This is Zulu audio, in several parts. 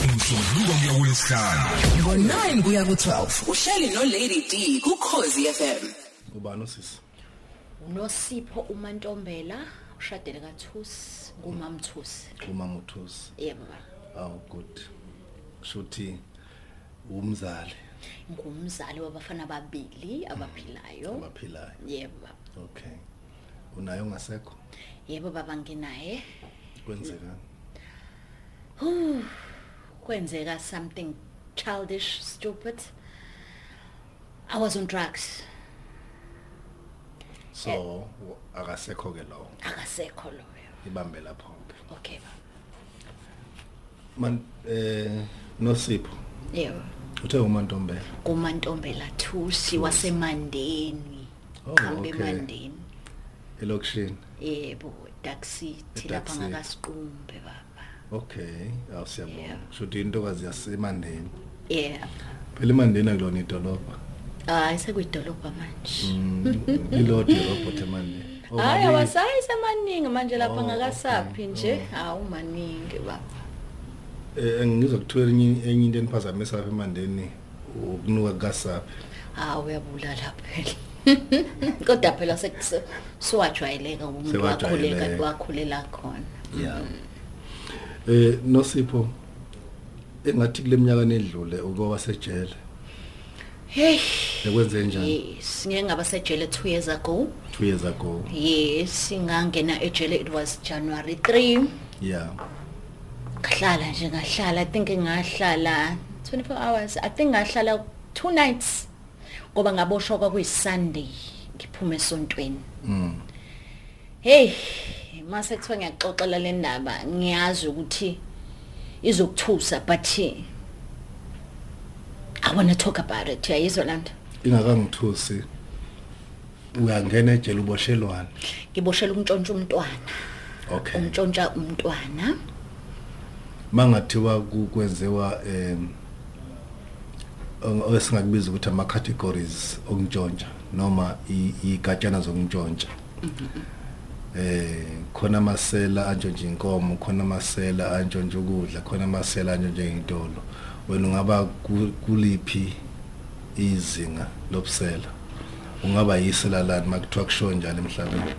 Kusuka kuyakulesihlanu ngo-9 kuya ku-12 uhleli nolady d kukhozi fm ubani osisi unosipho umantombela ushadele kathusi ngumamthusi umama uthusi yebo baba aw good shuthi umzali ngumzali wabafana ababili Mm, abaphilayo abaphilayo yebo baba okay unayo ongasekho yebo baba nginaye kwenzeka kwenzeka something childish stupid i was on drugs so w- akasekho ke lowo akasekho loyo ibambe lapho ke okay baba man eh nosipho yebo uthe umantombela kumantombela thusi wasemandeni Oh, qhambe okay. emandeni elokishini yebo dark city Dark lapha City. ngakasiqumbe baba okay aw siyabonga Yeah. shuthi intokazi yasemandeni yeah phela imandeni akulona idolobha hayi sekuyidolobha manje ilodwa irobot emandeni Hmm. Oh, hayi maningi. awasayi semaningi manje lapha Oh, Hmm. ngakasaphi okay. nje hawu maningi baba Eh, ngizwa kuthiwa enye enye into eniphazamisa lapha emandeni ukunuka kukasaphi hawu uyabulala phela kodwa phela sekuse- sewajwayeleka umuntu Sewajwayeleka. wakhuleka wakhulela khona ya eh nosipho engathi kule minyaka nedlule ukuba sejele heyi ekwenze njani yes ngeke ngaba sejele two years ago 2 years ago yes ngangena ejele it was january three yeah ngahlala nje ngahlala i think ngahlala 24 hours i think ngahlala two nights ngoba ngaboshwa kwakuyisunday ngiphume esontweni mm hey mase kuthiwa ngiyaxoxela le ndaba ngiyazi ukuthi izokuthusa but i want to talk about it uyayizwa laa nto ingakangithusi uyangena ejele uboshelwane ngiboshela untshontsha umntwana okay umntshontsha umntwana mangathiwa kwenziwa em esingakubiza ukuthi ama categories okungjontsha noma i- igatshana zokungjontsha eh khona amasela antjontshe inkomo khona amasela antjontshe ukudla khona amasela antjontshe intolo wena ungaba ku- kuliphi izinga lobusela ungaba yisela lani makuthiwa kushonjani emhlabeni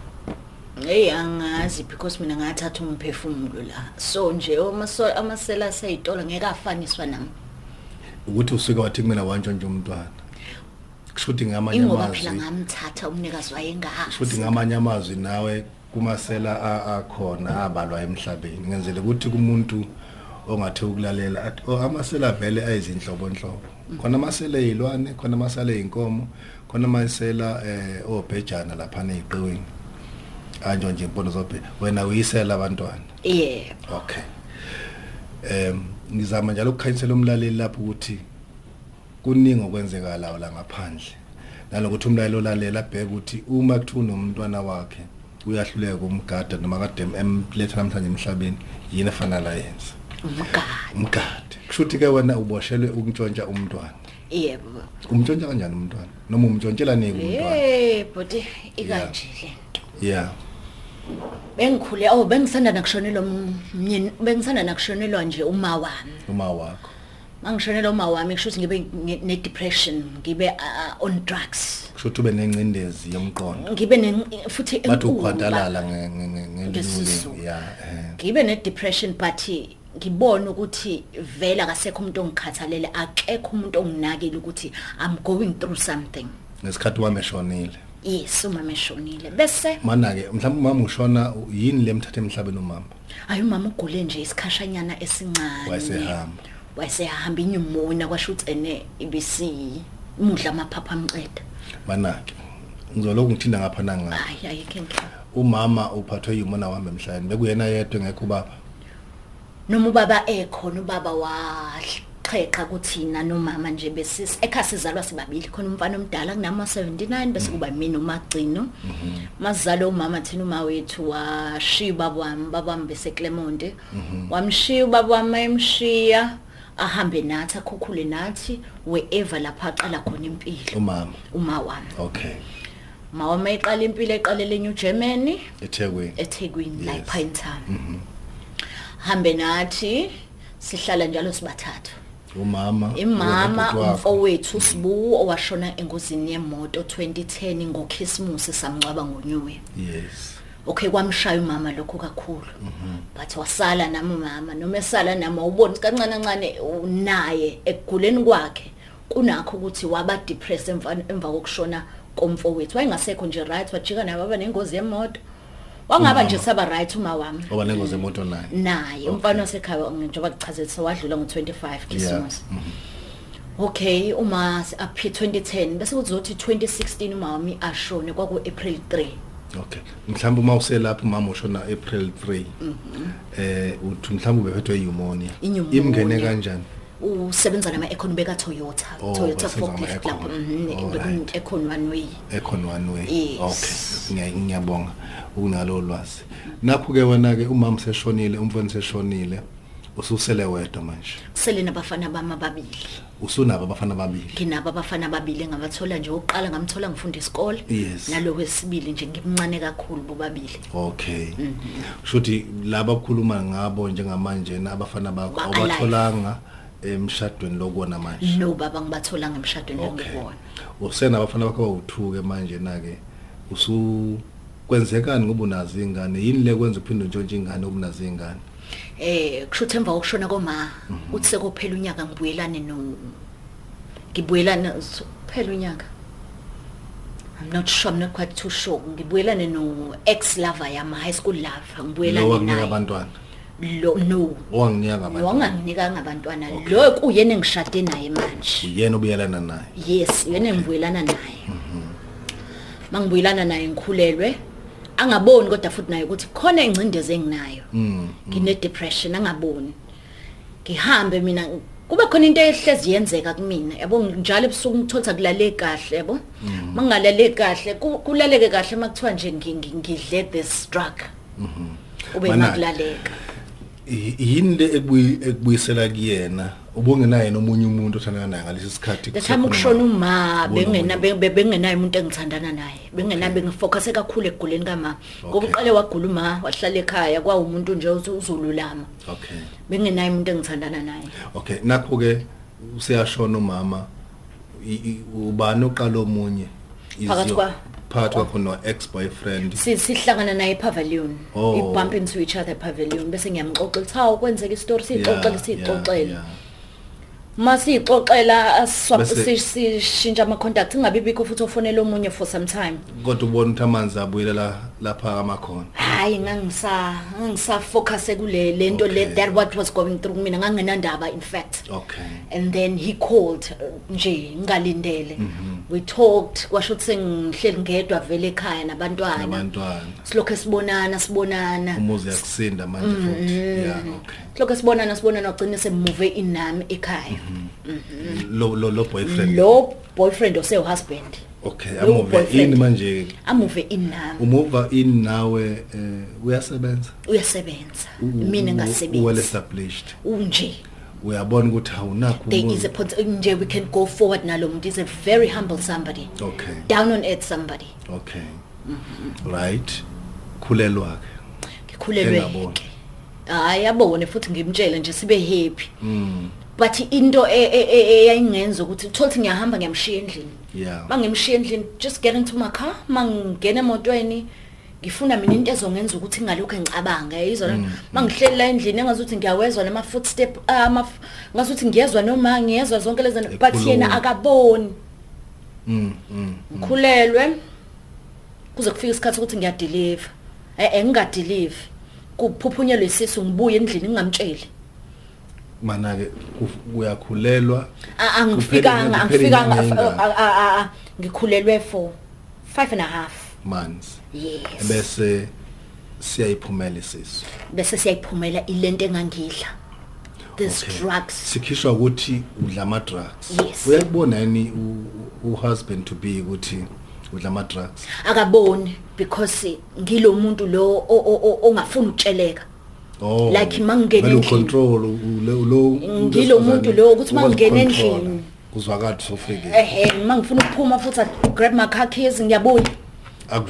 Hey angazi because mina ngathatha umphefumulo la. So nje amaso- amasela aseyitolo ngeke afaniswa nami. ukuthi usuke wathi kumina wantshontshe umntwana kusho ukuthi ngamanye Ingoba phela amazwi ngamthatha umnikazi futhi wayengazi. ngamanye amazwi nawe kumasela a- akhona abalwa emhlabeni ngenzele ukuthi kumuntu ongathi ukulalela athi, "Oh, amasela vele ayizinhlobonhlobo khona amasela eyilwane khona amasela eyinkomo khona amasela eh obhejana lapha neziqiweni anjo nje impondo zobhe wena uyisela abantwana Yeah. okay em ngizama njalo ukukhanyisela umlaleli lapho ukuthi kuningi okwenzekalayo la ngaphandle nalokuthi umlaleli olalela abheke ukuthi uma kuthiwa unomntwana wakhe uyahluleka kumgada noma kade em- emletha namhlanje emhlabeni yini efanele ayenze Umgadi. umgade kusho ukuthi ke wena uboshelwe ukutshontsha umntwana Yebo. umtshontsha kanjani umntwana noma umtshontshelaneki umntwana Hey body ikanje le. yeah Bengikhule oh bengisanda nakushonelwa umyeni bengisanda nakushonelwa nje uma wami. uma wakho Mangishonelwa uma wami kusho ukuthi ngibe nge- ne depression, ngibe uh, on drugs. kusho ukuthi ube nencindezi yomqondo Ngibe ne futhi bathi enkulu ukhwantalala nge- nge- nge- ngelinye NgesiZulu. ulimi yeah eh. ngibe ne-depression but ngibone ukuthi vele akasekho umuntu ongikhathalele akekho umuntu onginakile ukuthi i'm going through something nesikhathi wami eshonile yes umama eshonile bese mana-ke mhlawumbe umama ushona u- yini le mthatha emhlabeni umama hayi umama ugule nje isikhashanyana esincane wayesehamba wayesehamba inyumona kwasho ukuthi ene ibisimudla amaphapha amceda mana-ke ngizoloku ngithinda ngapha nangapha hayi ayikho enhle umama uphathwe yimona wahamba emhlabeni bekuyena yedwa ngekho ubaba noma ubaba ekhona ubaba waqheqha kuthina nomama nje besisi ekhaya sizalwa sibabili khona umfana omdala kunama 79 bese kuba mina umagcino masizalwa umama thina uma wethu washiya ubaba wami baba wami bese Clemonte wamshiya ubaba wami emshiya ahambe nathi akhukhule nathi wherever lapha aqala khona impilo umama uma wami okay ma wami eqala impilo eqalele eNew Germany E- ethekwini eThekwini la Yes. ePine Town. Hambe nathi sihlala njalo sibathathu umama imama ubaba wakho. umfowethu sibu owashona engozini yemoto 2010 ngokhisimusi samngcwaba ngoNew Year yes okay kwamshaya umama lokho kakhulu but wasala nami umama noma esala nami awuboni kancane kancane unaye ekuguleni kwakhe kunakho ukuthi waba depressed emva emva kokushona komfo wethu wayengasekho nje right wajika naye waba nengozi yemoto wangaba nje saba right uma wami oba nengozi emoto naye naye umfana wasekhaya njengoba kuchazela sewadlula ngo-25 christmas okay uma aphi 2010 bese kuzothi 2016 uma wami ashone kwaku-april 3 okay mhlawumbe uma uselapho umama ushona April 3 Mhm. eh uthi mhlawumbe ubephethwe pneumonia Inyumonia. imngene kanjani usebenza nama-ekhoni beka-toyota Oh, toyota basebenza forklift club ngama-aircon. mhm, Alright. beku-aircon one way ekhona one way Yes. okay Ngiya- ngiyabonga ukunalo lwazi napho ke wena ke umama seshonile umfana seshonile ususele wedwa manje sele nabafana bami ababili usunabo abafana babili nginabo abafana ababili engabathola nje oqala ngamthola ngifunda isikole Yes. nalo wesibili nje ngimncane kakhulu bobabili okay Mhm. kushuthi laba akhuluma ngabo njengamanje nabafana bakho Ba-alive. awubatholanga emshadweni lokuwona manje no baba ngibathola ngemshadweni okay engibona usena abafana bakho bawuthuke manje na ke usu kwenzekani ngoba unazo ingane yini le kwenza uphinde ntshontshe ingane ukunazo ingane eh kushuthi emva kokushona koma uthi sekophela unyaka ngibuyelane no ngibuyelane so- kuphela unyaka I'm not sure I'm not quite too sure ngibuyelane no ex lover yama high school lover ngibuyelane lowakunika naye abantwana lo no owanginika abantwana nonganginikanga abantwana Okay. lo kuyena engishade naye manje uyena obuyelana naye yes uyena engibuyelana naye mangibuyelana naye ngikhulelwe angaboni kodwa futhi naye ukuthi khona ingcindezi enginayo mm. ngine depression angaboni ngihambe mina kube khona into ehlezi yenzeka kumina yabo njalo ebusuku ngithotha kulale kahle yabo mangalale kahle ku- kulaleke kahle makuthiwa nje ngi- ngi- ngidle this drug ube Manaki. makulaleka I- yini le ekubuyi- ekubuyisela kuyena ubungenaye yena omunye umuntu othandana naye ngalesi sikhathi kusekhona lethami ukushona manje? uma Ubona bengena- umuntu. be- be- bengenaye umuntu engithandana naye bengenaye bengifocuse kakhulu ekuguleni kamama ngoba Okay. uqale wagula uma wahlala ekhaya kwawumuntu nje uzo- uzolulama okay bengenaye umuntu engithandana naye okay nakho ke useyashona umama I- i- ubani oqala omunye Iziyo- Phakathi kwa- phakathi kwakho no ex boyfriend Si- sihlangana naye epavilion Oh. we bump into each other epavilion bese ngiyamxoxela ukuthi hawu kwenzeka isitori siyixoxele siyixoxele uma siyixoxela aswa- Bese- si- sishintsha ama-contact ingabi bikho futhi ofonela omunye for some time kodwa ubona ukuthi amanzi abuyelela lapha amakhona hhayi ngangisa- ngangisafocuse kule le nto le Okay. that what was going through kumina nganginandaba in fact okay and then he called uh, nje ngalindele Mhm. we talked kwasho ukuthi sengihleli ngedwa vele ekhaya nabantwana nabantwana silokhu sibonana sibonana umuzi yakusinda manje futhi Mm-hmm. yeah okay Lokho sibonana sibonana ugcine semove inami ekhaya. Mhm. lo lo lo boyfriend Lo boyfriend ose husband okay lo amuve boyfriend. in manje ke amove inami umuva in nawe eh, uyasebenza uyasebenza. U- u- Mina u- well ngasebenza. established Unje. uyabona ukuthi awunakho There is a umuntu. pot- nje we can go forward nalo umuntu is a very humble somebody. okay Down on earth somebody. okay right khulelwa ke Ngikhulelwe. Engaboni. ke. Hayi abone futhi ngimtshele nje sibe happy. Mm, But into e- e- e- eyayingenza ukuthi uthola ukuthi ngiyahamba ngiyamshiya endlini. yeah mangimshiya endlini just get into my car mangingena emotweni ngifuna mina into ezongenza ukuthi ngalokho engicabanga yizona mangihleli la endlini engazuthi ngiyawezwa nama footstep ama ngazuthi ngiyezwa noma ngiyezwa zonke lezi zinto, but Ekhuluma. yena akaboni mm mm ngikhulelwe kuze kufike isikhathi ukuthi ngiyadeliver eh eh, ngingadeliver kuphuphunyelwe isisu ngibuye endlini ngingamtsheli mana ke uyakhulelwa A- Kuphele- angifikanga kuphele angifikanga inyanga a- a- a- a- ngikhulelwe for 5 and a half months yes bese siyayiphumela isisu bese siyayiphumela ilento engangidla these Okay. okay. drugs sikhishwa ukuthi udla ama drugs Yes. uyakubona yini u- u husband to be ukuthi udla ama drugs akaboni because ngilomuntu lo o- o- o- ongafuni ukutsheleka oh Like mangingena vele endlini. Mm, ucontrol u- lo lo Ngilo muntu lo ukuthi mangingena endlini. Eh, kuzwakala sofike ehe mangifuna ukuphuma futhi I grab my car keys ngiyabuya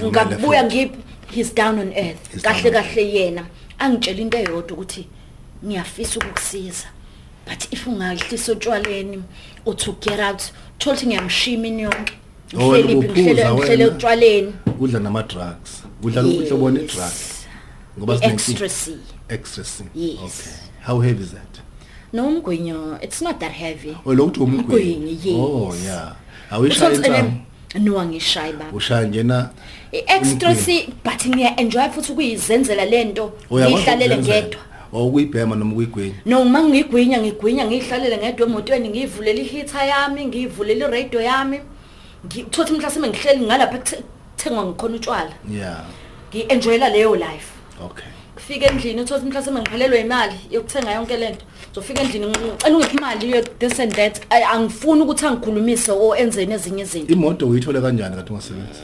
ngabuya ngip he's down on earth He's kahle down on kahle yena angitshela into eyodwa ukuthi ngiyafisa ukukusiza but if ungahlisa otshwaleni uthi get out thola ukuthi ngiyamshiya imini yonke Oh, wena ngihleli ngihleli ubuphuza ngihleli wena. otshwaleni udla nama drugs udla uhlobone drugs ngoba ecstasy ecstasy Yes. okay how heavy is that no mgwinyo it's not that heavy oh lokhu umgwini Umgwini, yes. oh yeah awisha Uthole ukuthi ene- intambo no angishaya baba ushaya njena i-extrasy but ngiya-enjoya futhi ukuyizenzela le nto Oh, uyakwazi ngiyihlalele ukuzenzela. ngedwa Oh, ukuyibhema noma ukuyigwenya no uma ngiyigwinya ngigwinya ngiyihlalele ngedwa emotweni ngiyivulele ihitha yami ngiyivulele iradio yami ngithothi mhlasimbe ngihleli ngalapha kuthengwa ngikhona utshwala yeah ngiyi-enjoyela leyo life okay kufika endlini uthothi mhlasimbe ngiphelelwe imali yokuthenga yonke le nto zofika endlini ngicela ungiphi imali ye-this and that Ay, angifuni ukuthi angikhulumise or enzeni ezinye izinto imoto uyithole kanjani kanti ungasebenzi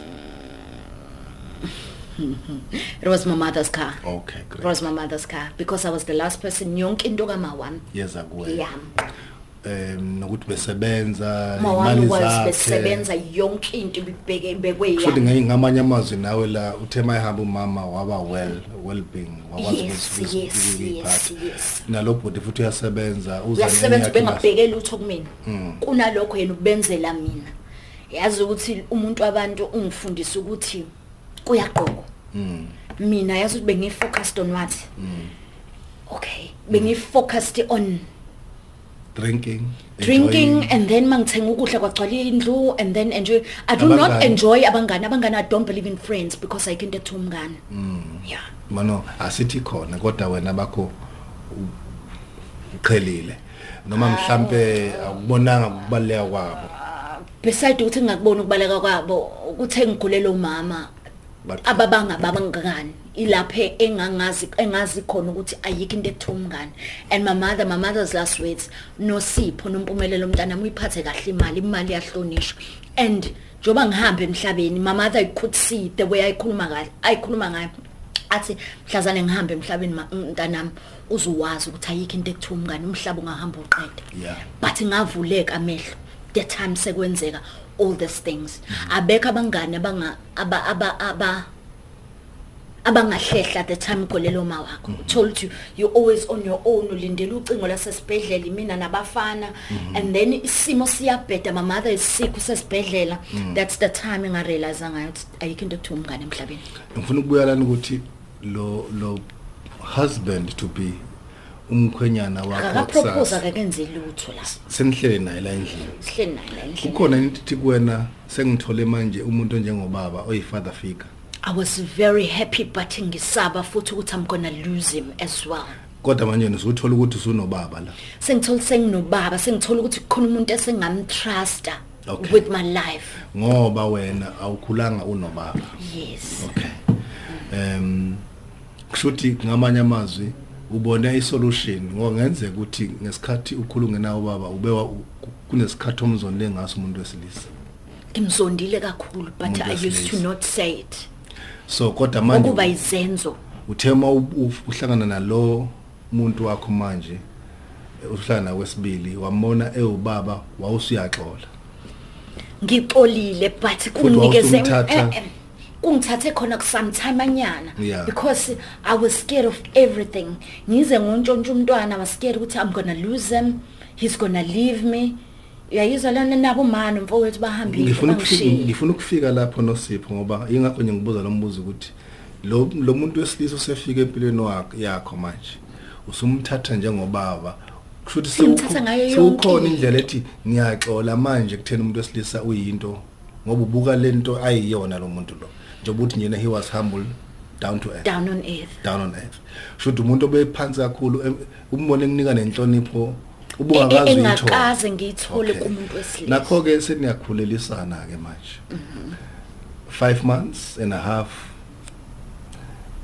it was my mother's car okay it great was my mother's car because i was the last person yonke into kamawami yeza kuwe yami um nokuthi besebenza mawami imali was zakhe besebenza yonke into ibibheke- ibekwe futhi yami nge- ngamanye amazwi nawe la uthe mayihamba umama waba well well-being wakwazi Yes, ukuthi yes, yes, yes. nalo bhodi futhi uyasebenza uza uyasebenza nenyakhe mas- bengabheke lutho kumina Hmm. kunalokho yena ubenzela mina yazi ukuthi umuntu wabantu ungifundisa ukuthi kuyaqoko Mm, mina yazi ukuthi bengi-focused on what Hmm. okay bengi-focused on drinking drinking Hmm. enjoying. and then mangithenga ukudla kwagcwala indlu and then enjoy i do not Abangani. enjoy abangani abangani i don't believe in friends because ayikho into ekuthiwa umngane Hmm. yeah mano asithi khona kodwa wena bakho uqhelile noma mhlambe akubonanga ukubaleka kwabo beside ukuthi ngingakubona ukubaleka kwabo ukuthi engigulela umama But- ababangabangani ilaphe e- engangazi engazi khona ukuthi ayikho into ekuthiwa umngane and my mother my mother's last words nosipho nompumelelo mntana uyiphathe kahle imali imali yahlonishwa and njengoba ngihambe emhlabeni my mother I could see the way ayikhuluma kahle ayikhuluma ngayo athi mhlazane ngihambe emhlabeni ma- mntanami uzowazi ukuthi ayikho into ekuthiwa umngane umhlaba ungahamba uqede Yeah. but ngavuleka amehlo the time sekwenzeka all these things abekho abangane abanga aba aba aba abangahlehla the time kolelo ma wakho uthola ukuthi you always on your own ulindele ucingo lasesibhedlela mina nabafana and then isimo siyabheda my mother is sick usesibhedlela that's the time engarealize ngayo ukuthi ayikho into ekuthiwa umngane emhlabeni ngifuna ukubuya lana ukuthi lo lo husband to be umkhwenyana wakho akakapropose kusasa akakenze lutho la senihlele naye la endlini sihleli naye la endlini kukhona into ethi kuwena sengithole manje umuntu onjengobaba oyi-father figure i was very happy but ngisaba futhi ukuthi i'm gonna lose him as well kodwa manje nisuthola ukuthi usunobaba la sengithola ukuthi senginobaba sengithola ukuthi kukhona umuntu esengamtrusta Okay. with my life ngoba wena awukhulanga unobaba yes okay um kushuthi ngamanye amazwi ubone isolution ngongenzeka ukuthi ngesikhathi ukhulunge nawo baba ube wa- ku- kunesikhathi omzonile ngaso umuntu wesilisa ngimzondile kakhulu but Umuntu i used to wesilisa. not say it so kodwa okuba manje izenzo uthema uhlangana nalo umuntu wakho manje eh, uhlangana kwesibili wamona ewubaba wawusuyaxola ngixolile but wawusumthatha- kunginikeze Eh, kungithathe khona kusometime Yeah. anyana because i was scared of everything ngize ngontshontsha umntwana I was scared ukuthi i'm gonna lose him he's gonna leave me uyayizwa lana nabo mani mfowethu bahambile ngifuna ukufika bangishiye ngifuna ukufika lapho nosipho ngoba ingakho nje ngibuza lo mbuzo ukuthi lo lo muntu wesilisa usefika empilweni wakho yakho manje usumthatha njengobaba kushuthi Simthatha ngayo yonke sewukhona into. indlela ethi ngiyaxola manje kuthena umuntu wesilisa uyinto ngoba ubuka lento ayiyona lo muntu lo njengoba uthi njena he was humble down to earth down on earth down on earth shuthi umuntu obephansi kakhulu em- umbone kunika nenhlonipho ubungakazi E- e- uyithola engakaze ngiyithole Okay. kumuntu wesilisa Mhm. nakho ke seniyakhulelisana ke manje 5 months and a half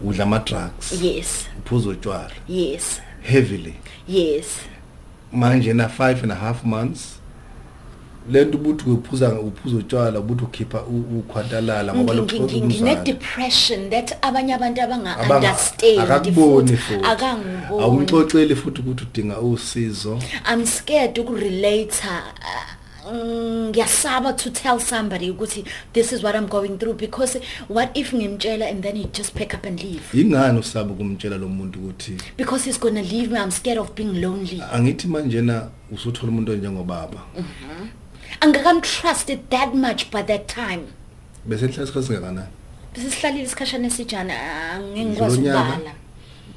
udla ama drugs yes uphuza utshwala yes heavily yes manje na 5 and a half months lento ubuthi uphuza uphuza utshwala ubuthi ukhipha u- ukhwatalala ngoba lokhu ukuzala. ngine-depression that abanye abantu Abanga- abanga-understand akakuboni futhi futhi akangiboni awumxoxeli futhi ukuthi udinga usizo i'm scared ukurelata uh, mm, ngiyasaba to tell somebody ukuthi this is what i'm going through because what if ngimtshela and then he just pack up and leave ingani usaba ukumtshela lo muntu ukuthi because he's going to leave me i'm scared of being lonely angithi manje na usuthola umuntu onjengobaba angakamtrust it that much by that time bese enhlala isikhathi singakanani besisihlalile isikhashana esijana ah, angeke ngikwazi Ngilonyaka ukubala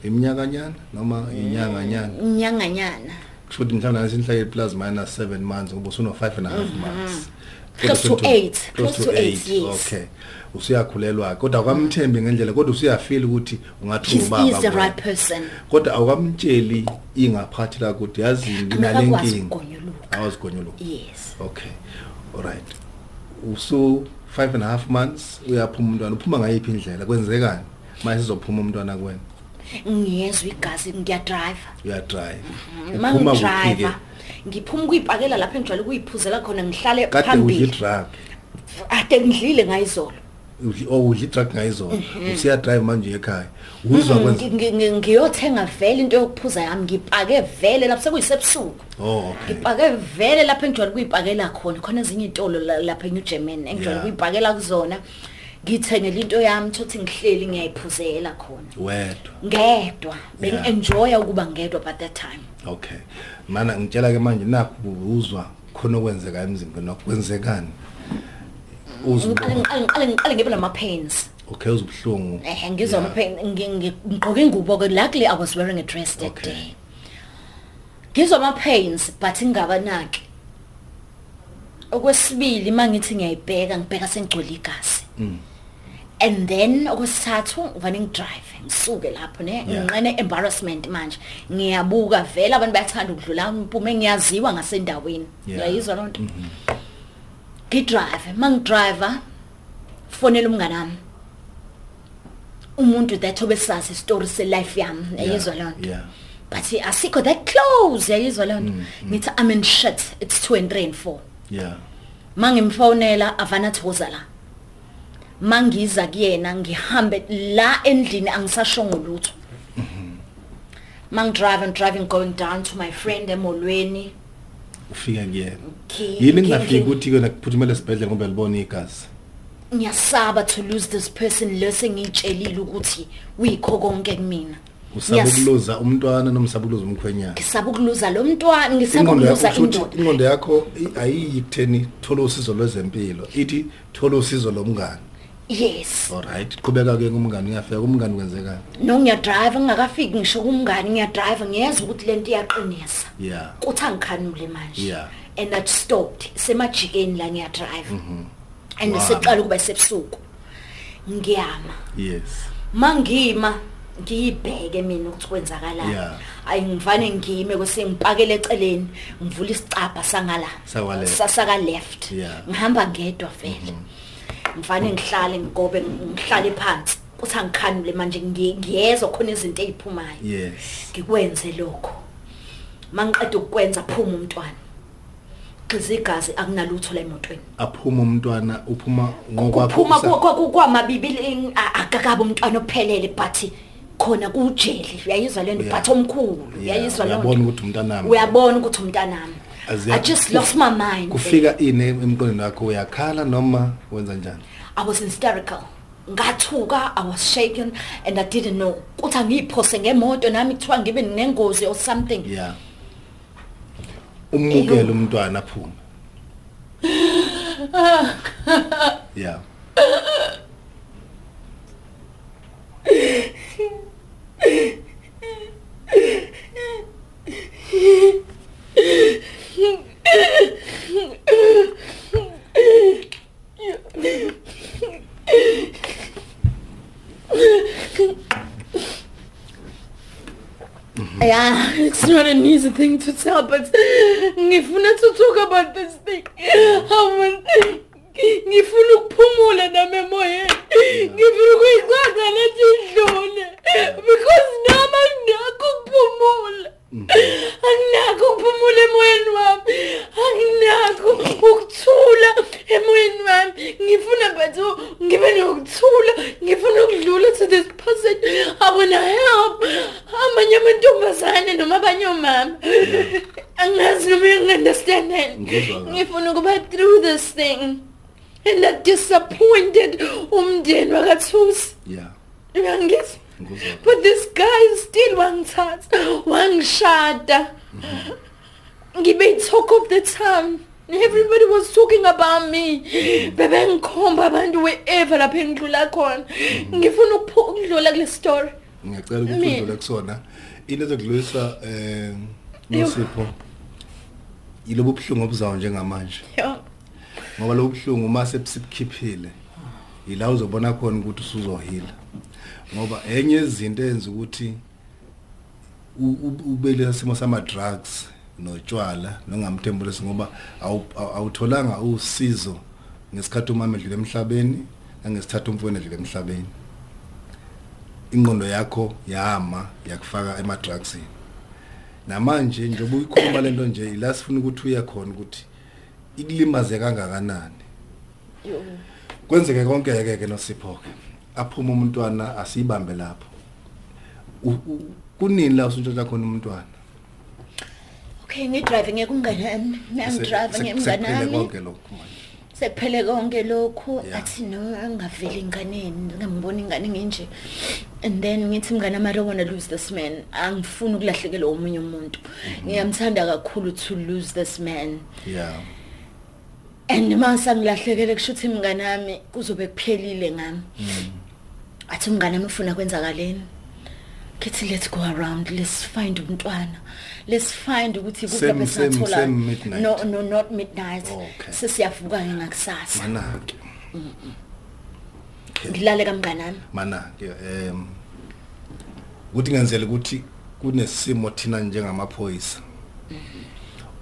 iminyakanyana noma inyanganyana inyanganyana kusho ukuthi mhlawumbe nasinhlale plus minus 7 months ngoba usuna 5 and a half months Mhm. Close to eight. close to 8 yes. okay usuyakhulelwa kodwa awukamthembi ngendlela kodwa usuyafeel ukuthi ungathi he ubaba is the kuwe. right person kodwa awukamtsheli ingaphathi lakuthi yazi Angakakwazi nginalenkinga ukugonyuluka. awazigonyuluka yes okay alright usu 5 and a half months uyaphuma umntwana uphuma ngayiphi indlela kwenzekani manje sizophuma umntwana kwena ngiyezwa igazi ngiyadriva uyadrive ma Uphuma kuphi ke? ngidriva ngiphuma ukuyipakela lapho engijwayele ukuyiphuzela khona ngihlale kade udla phambili i-drug ade ngidlile ngayizolo udli- oh, udla i-drug ngayizona Mhm. usiyadrive manje ekhaya uzwa Ngi- kwenza ngi- ngi- ngiyothenga vele into yokuphuza yami ngipake vele lapho sekuyisebusuku oh okay ngipake vele lapho engijwayele ukuyipakela khona khona ezinye iy'tolo la- lapha e-new german engijwayele Yeah. ukuyipakela kuzona ngithengele into yami thokuthi ngihleli ngiyayiphuzela khona wedwa ngedwa Yeah. bengi-enjoya ukuba ngedwa by that time okay mana ngitshela ke manje nakho uzwa khona okwenzekayo emzimbeni wakho kwenzekani uzwa ngiqale ngiqale ngiqale ngiqale ngibe nama-pains okay uzwa ubuhlungu ehe ngizona Yeah. pain Eh, ngi- ngi- ngigqoke ingubo-ke luckily i was wearing a dress that Okay. day ngizwa ama-pains but ngingabanaki okwesibili uma ngithi ngiyayibheka ngibheka sengigcwele igazi Mm. and then okwesithathu uvane ngidrive ngisuke lapho ne Yeah. nginqene embarrassment manje ngiyabuka vele abantu bayathanda ukudlula mpume ngiyaziwa ngasendaweni Yeah. Mm-hmm. uyayizwa loo nto ngidrive uma ngidriva fonela umngane wami umuntu that obesazi isitori selife yami Yeah, uyayizwa loo nto yeah but asikho that close uyayizwa loo nto ngithi i'm in shit it's two and three and four yeah mangimfonela avana thoza la mangiza kuyena ngihambe la endlini angisashongo lutho mangidrive and driving going down to my friend emolweni ufika kuyena Ngi- yini ngi- ngingafiki ngi- ukuthi kuyona kuphuthumela esibhedlela ngoba libona igazi ngiyasaba to lose this person lese ngitshelile ukuthi uyikho konke kumina usaba Ngiyas- ukuluza umntwana noma usaba ukuluza umkhwenyana ngisaba ukuluza lo mntwana ngisaba ingqondo yakho ukuluza usho ukuthi indoda ingqondo yakho i- ayiyi kutheni thola usizo lwezempilo ithi thola usizo lomngani yes alright qhubeka ke kumngani uyafika kumngani kwenzekani no ngiyadrive ngingakafiki ngisho kumngani ngiyadrive ngiyeza ukuthi lento iyaqinisa yeah kuthi angikhanule manje Yeah. and i stopped semajikeni la ngiyadrive and Mhm. Wow. seqala ukuba sebusuku ngiyama yes mangima ngiyibheke mina ukuthi kwenzakalayo Yeah. ayi ngivane ngime kwese ngipakele eceleni ngivula isicabha sangala Saka left. sasaka left Yeah. Mm-hmm. ngihamba ngedwa vele ngivane ngihlale ngigobe ngihlale phansi kuthi angikhanule manje ngi- ngiyezwa khona izinto eziphumayo yes ngikwenze lokho mangiqeda ukukwenza phuma umntwana xiza igazi akunalutho la emotweni aphuma umntwana uphuma ngokwakho kuphuma usa- kwamabibili akakabe umntwana ophelele but khona kujeli uyayizwa lento Yeah. but omkhulu Yeah, uyayizwa uyabona lento ukuthi umntanami uyabona ukuthi umntanami As i yet- just lost my mind kufika ini emqondweni wakho uyakhala noma wenza njani i was hysterical ngathuka i was shaken and i didn't know ukuthi angiyiphose ngemoto nami kuthiwa ngibe nengozi or something yeah umukele umntwana aphuma yeah Yeah, it's not an easy thing to tell, but ngifuna to talk about this thing. I want ngifuna ukuphumula nami emoyeni. Ngifuna ukuyiqeda lethi idlule because nami anginakho ukuphumula. Anginakho ukuphumula emoyeni wami. Anginakho ukuthula emoyeni wami. Ngifuna but ngibe nokuthula. Ngifuna ukudlula to this person. I want help. Amanye amantombazane noma abanye omama angazi noma uyangi-understand and Ngizwa kahle. ngifuna ukuba through this thing and not disappointed umndeni wakathusi yeah uyangizwa ngizwa kahle. but this guy still wangithatha wangishada ngibe talk of the town everybody was talking about me bebengikhomba abantu wherever lapho engidlula khona ngifuna ukuphu- ukudlula kule story ngiyacela ukuthi Mina. udlule kusona into ezokudlulisa eh nosipho yilobu buhlungu obuzayo njengamanje Yeah. ngoba lobu buhlungu uma sebukhiphile ila uzobona khona ukuthi usuzohila ngoba enye izinto eyenza ukuthi u- u- ube lesimo sama drugs notshwala nongamthembulisi ngoba awu- awu- awutholanga usizo ngesikhathi umama edlule emhlabeni nangesikhathi umfowenu edlule emhlabeni ingqondo yakho yama yakufaka emadrugsini namanje njengoba uyikhuluma lento nje ila sifuna ukuthi uye khona ukuthi ikulimaze kangakanani kwenzeke konke ke ke nosipho ke aphuma umntwana asibambe lapho U- u- kunini la usuntshontsha khona umntwana okay ngidrive ngeke unganami Se- nangidrive se- ngeke sekuphelile unganami konke lokho manje sekuphele konke lokhu Yeah. athi no angaveli inganeni ngangibona ingane nginje and then ngithi mngane ama don't want to lose this man angifuni ukulahlekelwa omunye umuntu Mm-hmm. ngiyamthanda kakhulu to lose this man yeah and masangilahlekele kushuthi mngane nami kuzobe kuphelile ngami Mm-hmm. athi mngane nami ufuna kwenzakaleni kithi let's go around let's find umntwana let's find ukuthi kuphi Same- same- besathola same midnight? Oh, no no not midnight Okay. sesiyavuka ngakusasa manake ngilale kamnganami manake em ukuthi ngenzele ukuthi kunesimo thina njengamaphoyisa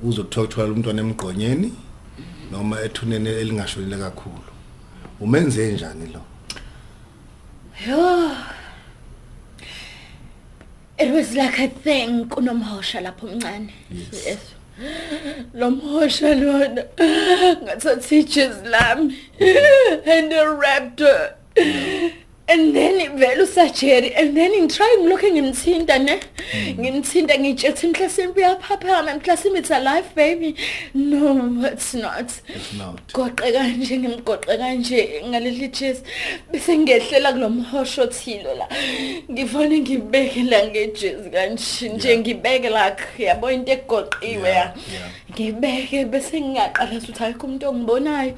uzothola umntwana emgqonyeni noma ethuneni elingashonile kakhulu umenze kanjani lo Yo. It was like a thing kunomhosha lapho mncane. Yes. lo mhosha lona ngathatha ijeans lami and a raptor and then vele usajeri and then ngitry ngilokhu ngimthinta ne Mm. ngimthinta ngitshe kuthi mhlasimbi uyaphaphama mhlasimbi it's alive baby no it's not It's not. goqe kanje ngimgoqe kanje ngaleli jesi bese ngehlela kulo mhosho othilo la ngifane ngibeke la ngejesi kanje nje ngibeke like yabo into egoqiwe Yeah, ya yeah. ngibeke bese ngingaqala ukuthi ayikho umuntu ongibonayo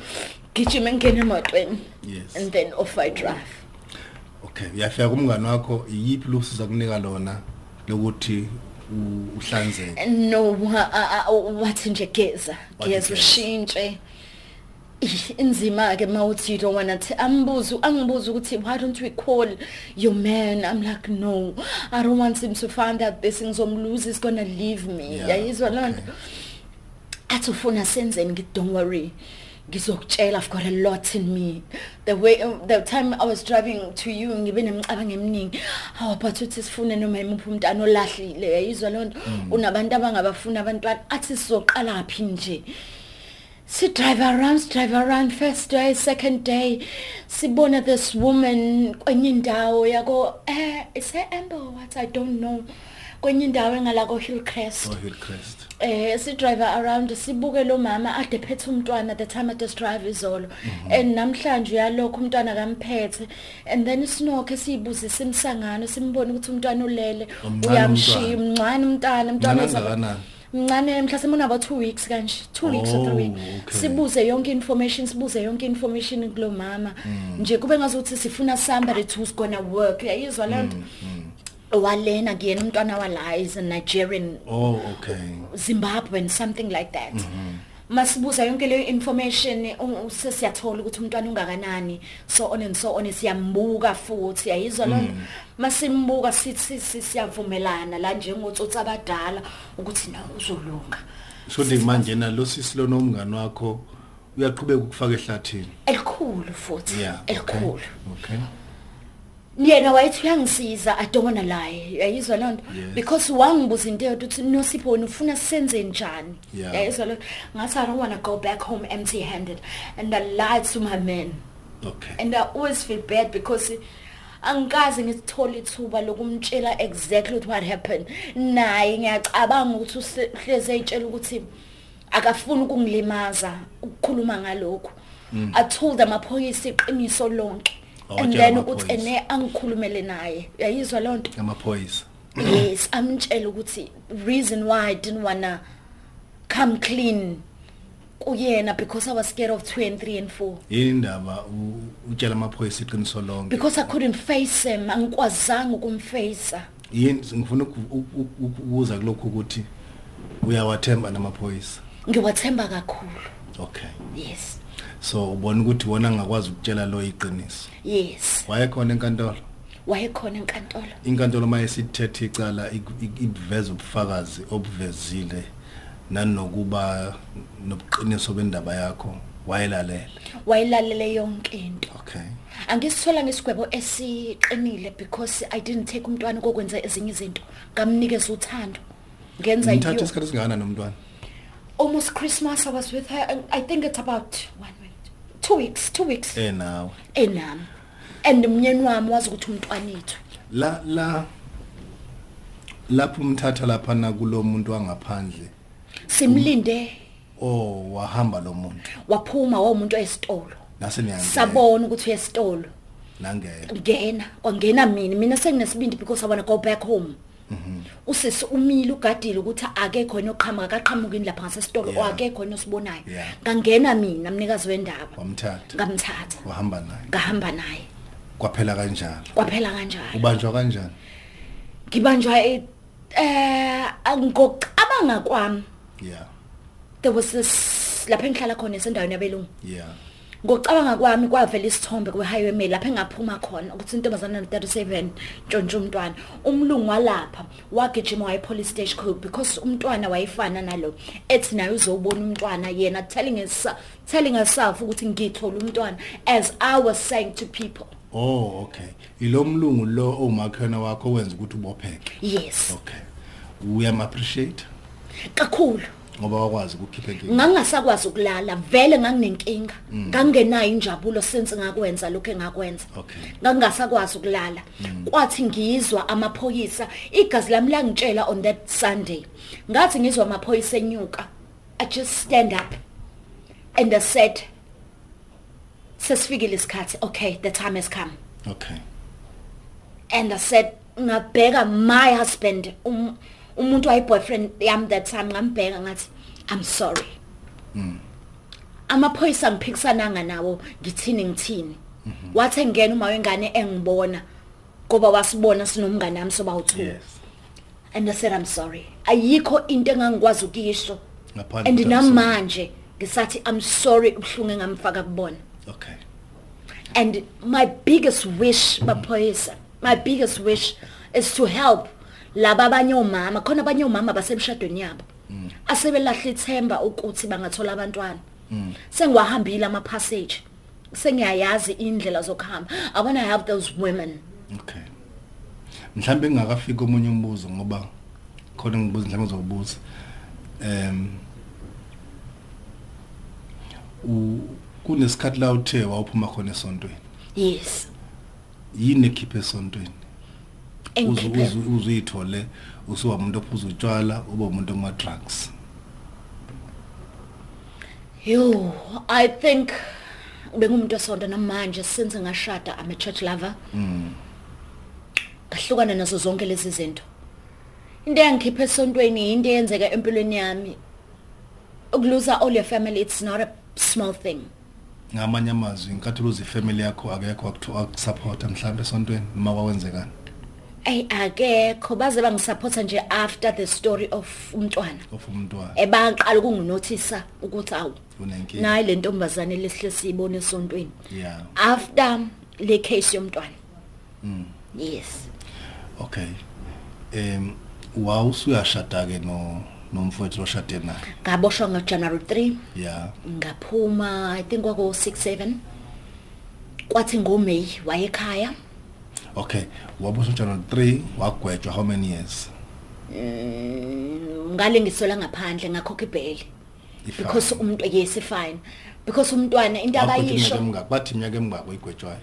gijima ngene emotweni Yes. and then off i drive Okay, uyafika kumngane wakho iyipi lusiza kunika lona lokuthi u- uhlanzeke. No, wa- a- a- wathi nje geza. Wathi Geza geza. ushintshe. Ih, Inzima ke mawuthi you don't wanna t- ambuzo angibuza ukuthi why don't we call your man I'm like no I don't want him to find out this ngizomlose is going to leave me Yeah, yayizwa loo nto okay. athi ufuna senzeni ngithi don't worry ngizokutshela i've got a lot in me the way the time i was driving to you ngibe nemicabango eminingi hawa but uthi sifune noma imuphi umntana olahlile yayizwa loo nto Mm. unabantu abangabafuni abantwana athi sizoqala phi nje si-drive around si-drive around first day second day sibona this woman kwenye indawo yako eh ise-amberwat i don't know kwenye indawo engalako hillcrest Oh Hillcrest. eh sidrive around sibuke lo mama ade phethe umntwana the time ade drive izolo Mm-hmm. and namhlanje uyalokho umntwana kamphethe and then sinokho siyibuzisa imsangano simbone ukuthi umntwana ulele Umncane uyamshiya umntwana. umncane umntwana umntwana Mncane kangakanani? mncane mhlawumbe unabo 2 weeks kanje 2 weeks or 3 Oh, weeks okay. sibuze yonke information sibuze yonke information kulo mama Mm. nje kube ngazuthi sifuna somebody who's gonna work yayizwa lento Mm, walena kuyena umntwana wala is a Nigerian Oh okay. Zimbabwean something like that Mm-hmm. masibuza yonke leyo information u- u- sesiyathola ukuthi umntwana ungakanani so on and so on siyambuka futhi yayizwa loo nto Mm-hmm. masimbuka sithi si- siyavumelana la njengotsotsi abadala ukuthi na uzolunga Shodi manje na lo sisi lo nomngane wakho uyaqhubeka ukufaka ehlathini. elikhulu futhi Yeah. okay. elikhulu Okay. yena wayethi uyangisiza i don't wanna lie yayizwa loo nto Yes. because wangibuza into yodwa ukuthi nosiphoni ufuna senze njani Yeah. yayizwa loo nto ngathi i don't wanna go back home empty handed and i lied to my man Okay. and i always feel bad because angikaze ngisithole ithuba lokumtshela exactly ukuthi what happened naye ngiyacabanga ukuthi uhleze etshela ukuthi akafuni ukungilimaza ukukhuluma ngalokho i told amaphoyisa iqiniso lonke Awatshela and then amaphoyisa. ukuthi ene angikhulumele naye uyayizwa loo nto amaphoyisa yes amtshela ukuthi reason why i didn't wanna come clean kuyena because i was scared of 2 and 3 and 4 yini indaba u- utshela amaphoyisa iqiniso lonke because i couldn't face him angikwazanga ukumfaca yini ngifuna uku- uku- uku- ukuza kulokhu ukuthi uyawathemba namaphoyisa ngiwathemba kakhulu okay yes so ubona ukuthi wona angakwazi ukutshela lo iqiniso yes wayekhona enkantolo wayekhona enkantolo inkantolo uma isithethe icala ik- ik- iveza ubufakazi obuvezile nanokuba nobuqiniso bendaba yakho wayelalele wayelalele yonke into okay angisithola ngesigwebo esiqinile because i didn't take umntwana kokwenza ezinye izinto ngamnikeza uthando ngenza ngithatha yiyo isikhathi esingakanani nomntwana almost christmas i was with her and i think it's about one minute two weeks two weeks enawe enami and umnyeni wami wazi ukuthi umntwanethu la la lapho umthatha lapha na kulomuntu angaphandle simlinde oh wahamba lo muntu waphuma wawumuntu oyesitolo nase niyangena sabona ukuthi uyesitolo nangena ngena kwangena mina mina senginesibindi because i wanna go back home Mhm. usisi umile ugadile ukuthi akekhona oqhamuka akaqhamukini lapha ngasesitolo Yeah. or akekhona osibonayo Yeah. ngangena mina mnikazi wendaba wamthatha ngamthatha wahamba naye ngahamba naye kwaphela kanjalo kwaphela kanjalo ubanjwa kanjani ngibanjwa e- eh angokabanga kwami yeah there was this lapha engihlala khona esendaweni yabelungu yeah ngokucabanga kwami kwavela isithombe kwe-highway mail lapho engaphuma khona ukuthi intombazana no-37 ntshontshe umntwana umlungu walapha wagijima waye police station cook because umntwana wayefana nalo ethi naye uzowubona umntwana yena telling herself, telling herself ukuthi ngithole umntwana as i was saying to people oh okay ilo mlungu lo owumakhona wakho owenza ukuthi ubopheke yes okay uyam-appreciate kakhulu ngoba wakwazi ukukhipha inkinga ngangingasakwazi ukulala vele nganginenkinga ngangingenayo injabulo since ngakwenza lokhu engakwenza Okay. ngangingasakwazi ukulala kwathi ngizwa amaphoyisa igazi lami langitshela on that sunday ngathi ngizwa amaphoyisa enyuka i just stand up and i said sesifikile isikhathi okay the time has come okay and i said ngabheka my husband um, umuntu wayiboyfriend yami that time ngambheka ngathi i'm sorry Hmm. amaphoyisa ngiphikisananga nawo ngithini ngithini Mhm. wathi ngena uma wengane engibona ngoba wasibona sinomngane nami soba u2 yes and i said i'm sorry ayikho into engangikwazi ukisho ngaphandle and ukuthi I'm sorry. namanje ngisathi i'm sorry ubhlungu engamfaka kubona okay and my biggest wish baphoyisa my biggest wish is to help laba abanye omama khona abanye omama basemshadweni yabo Mm. asebelahle ithemba ukuthi bangathola abantwana Mm. sengiwahambile ama passage sengiyayazi indlela zokuhamba i want to help those women okay mhlambe ngingakafika omunye umbuzo ngoba khona ngibuza mhlambe ngizobuza em u kunesikhathi la uthe wawuphuma khona esontweni yes yini ekhiphe esontweni Uzu- Engikhiphe- uzu- uzuyithole usuba umuntu ophuza utshwala uba umuntu oma-drugs yo i think bengumuntu esonto namanje since ngashada i'm a church lover ngahlukana nazo zonke lezi zinto into eyangikhipha esontweni into eyenzeka empilweni yami ukuluza all your family it's not a small thing ngamanye amazwi nkatholo zifamily yakho akekho akuthu- akusupport-a mhlawumbe esontweni noma kwawenzekani eyi akekho baze bangisaphotha nje after the story of umntwana of Eh, umntwana ebaqala ukunginothisa ukuthi awu unenkinga naye le ntombazane lesihle siyibona esontweni yeah after le case yomntwana Mm. yes okay um wawusuyashada ke no nomfowethu loshade naye ngaboshwa ngo-january 3 ya ngaphuma i think kwako-6 7 kwathi ngomeyi wayekhaya okay wabusa ujanuary 3 wagwetshwa how many years Mm, ngale ngisola ngaphandle ngakhokha ibhele um, because umuntu yes fine because umntwana into abayisho abayisho bathi iminyaka emingako igwetshwayo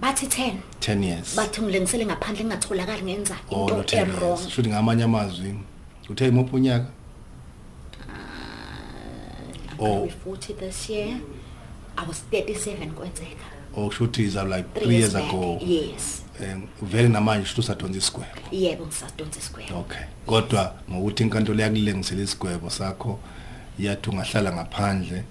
bathi 10 10 years bathi ngilengisele ngaphandle ngingatholakali ngenza oh no into 10 years e-wrong futhi ngamanye amazwi uthe imuphi unyaka oh. oh 40 this year i was 37 kwenzeka okusho ukuthi is like 3 3 years ago yes um vele namanje shuthi usadonsa isigwebo yebo ngisadonsa isigwebo okay kodwa ngokuthi inkantolo yakulengisela isigwebo sakho yathi ungahlala ngaphandle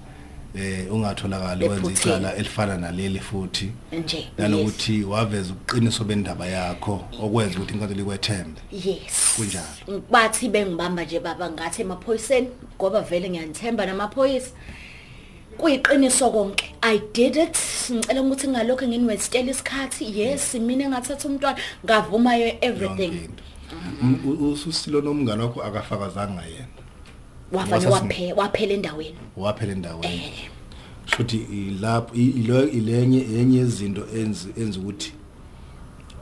eh ungatholakali wenza Ephutheni. icala elifana naleli futhi nje yes. nanokuthi waveza ubuqiniso bendaba yakho okwenza ukuthi inkantolo ikwethembe yes Kunjalo. bathi bengibamba nje baba ngathi emaphoyiseni ngoba vele ngiyanithemba namaphoyisa kuyiqiniso konke i did it ngicela ukuthi ngalokho nginiwestela isikhathi yes mina engathatha umntwana ngavuma yo yonke everything Mm-hmm. into U- u- ususilo nomngane wakho akafakazanga yena wafane Wasasi- waphe- waphela endaweni waphela endaweni Eh. futhi ilapho i- ilo- ilenye enye izinto enzi enza ukuthi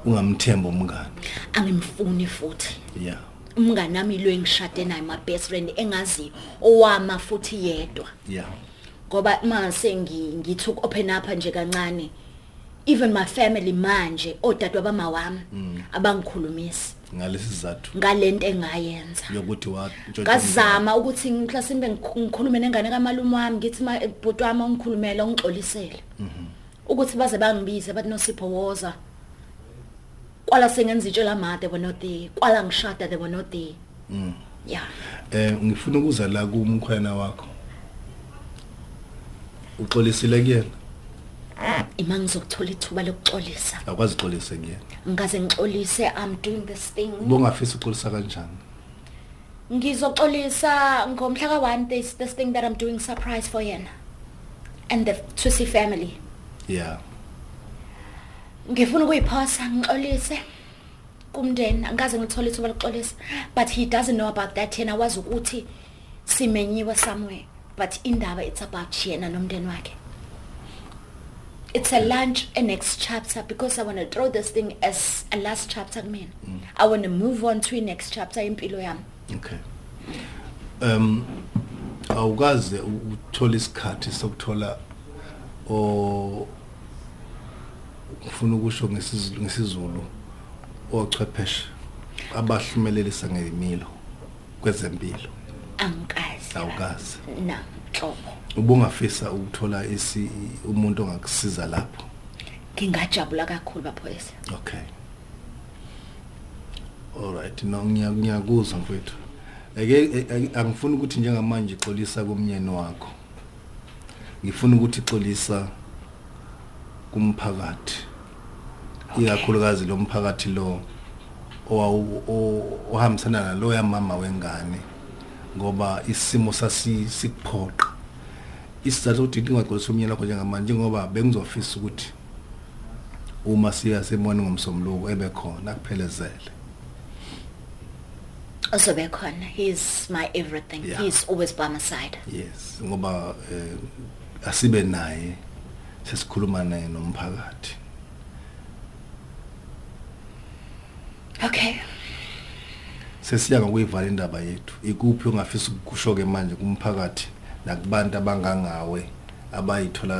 ungamthemba umngane angimfuni futhi yeah umngane nami lo engishade naye my best friend engaziyo owama futhi yedwa yeah ngoba mase ngithi uk open up nje kancane even my family manje odadwa bamawami abangikhulumisi ngalesi sizathu ngalento engayenza yokuthi watshontsha ngazama ukuthi mhlasimbe ngikhu- ngikhulume nengane kamalume wami ngithi ma bhuti wami ongikhulumele ongixolisele ukuthi baze bangibize bathi nosipho woza kwala sengenza itshe lamade were not there kwala ngishada they were not there ya eh ngifuna ukuza la kumkhwena wakho uxolisile kuyena ima ngizokuthola ithuba lokuxolisa akwazi uxolise kuyena ngikaze ngixolise i'm doing this thing ubongafisa uxolisa kanjani ngizoxolisa ngomhla ka-1 this, this thing that i'm doing surprise for yena and the tusi family yeah ngifuna ukuyiphosa ngixolise kumndeni angikaze ngithole ithuba lokuxolisa but he doesn't know about that yena wazi ukuthi simenyiwe somewhere but indaba it's about yena nomndeni wakhe it's a lunch a next chapter because i want to throw this thing as a last chapter kumina i want to move on to i-next chapter impilo yami okay um awukaze u- uthole isikhathi sokuthola o ufuna ukusho ngesiZulu ngesiZulu ochwepheshe abahlumelelisa ngemilo kwezempilo angikazi awukaze na oh, nhlobo ubungafisa ukuthola isi umuntu ongakusiza lapho ngingajabula kakhulu baphoyisa okay alright no ngiya- ngiyakuzwa mfowethu eke eke- angifuni ukuthi njengamanje ixolisa kumnyeni wakho ngifuna ukuthi ixolisa kumphakathi ikakhulukazi lo mphakathi lo owawu- o- ohambisana nalo yamama wengane ngoba isimo sasi- sikuphoqa isizathu ukuthi ngingagcolisa umnyeni wakho njengamanje ngoba bengizofisa ukuthi uma siya semoni ngomsombuluko ebekhona kuphelezele ozobe khona he's my everything Yeah. yeah. he's always by my side yes ngoba eh, asibe naye sesikhuluma naye nomphakathi okay sesiya ngokuyivala indaba yethu ikuphi ongafisa ukusho-ke manje kumphakathi nakubantu abangangawe abayithola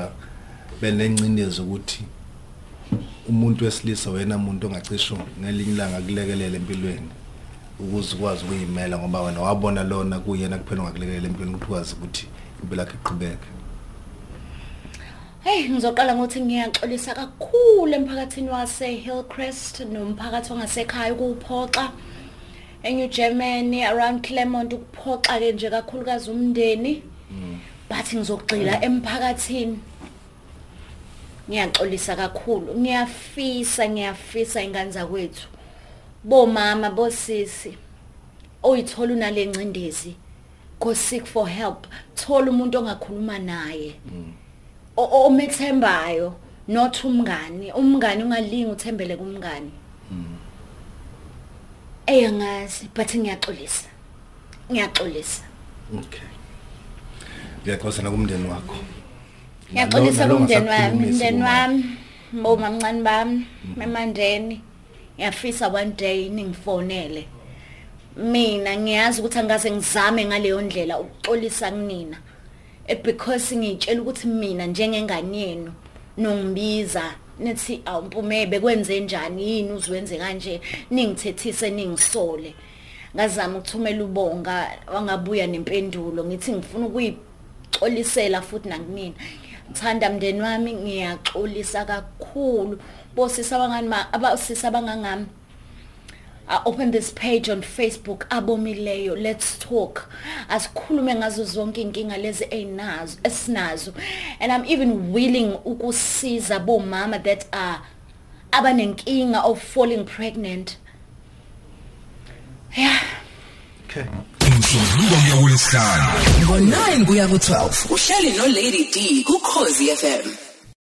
benencindezi ukuthi umuntu wesilisa wena muntu ongacisho ngelinye ilanga akulekelele empilweni ukuze ukwazi ukuyimela ngoba wena wabona lona kuyena kuphela ongakulekelela empilweni ukuthi ukwazi ukuthi impilo yakhe iqhubeke Hey ngizoqala ngokuthi ngiyaxolisa kakhulu emphakathini wase Hillcrest nomphakathi ongasekhaya ukuphoxa eNew Germany around Claremont ukuphoxa ke nje kakhulukazi umndeni but ngizogxila emphakathini ngiyaxolisa kakhulu ngiyafisa ngiyafisa ingane zakwethu bomama bosisi oyithola unalencindezi go seek for help thola umuntu ongakhuluma naye o- o- omethembayo not umngani umngani ungalingi uthembele kumngani eyangazi but ngiyaxolisa ngiyaxolisa Okay. Ngiyaxolisa nakumndeni wakho. ngiyaxolisa Nalo- nalo kumndeni wami ongasakukhulumisi umndeni kumama. wami boma mncane bami emandeni ngiyafisa one day ningifonele mina ngiyazi ukuthi angikaze ngizame ngaleyo ndlela ukuxolisa kunina Eh, because ngitshela ukuthi mina njengengane yenu nongibiza nithi awumpume bekwenze njani yini uzwenze kanje ningithethise ningisole ngazama ukuthumela ubonga wangabuya nempendulo ngithi ngifuna ukuyixolisela futhi nakunina ngithanda mndeni wami ngiyaxolisa kakhulu bosisa abangani ma- abasisa abangangami I Uh, open this page on Facebook abomileyo let's talk asikhulume ngazo zonke inkinga lezi enazo esinazo and I'm even willing ukusiza bomama that are abanenkinga of falling pregnant yeah umsombuluko ngiyawulesihlanu ngo-9 kuya ku-12 uhleli nolady d kukhozi fm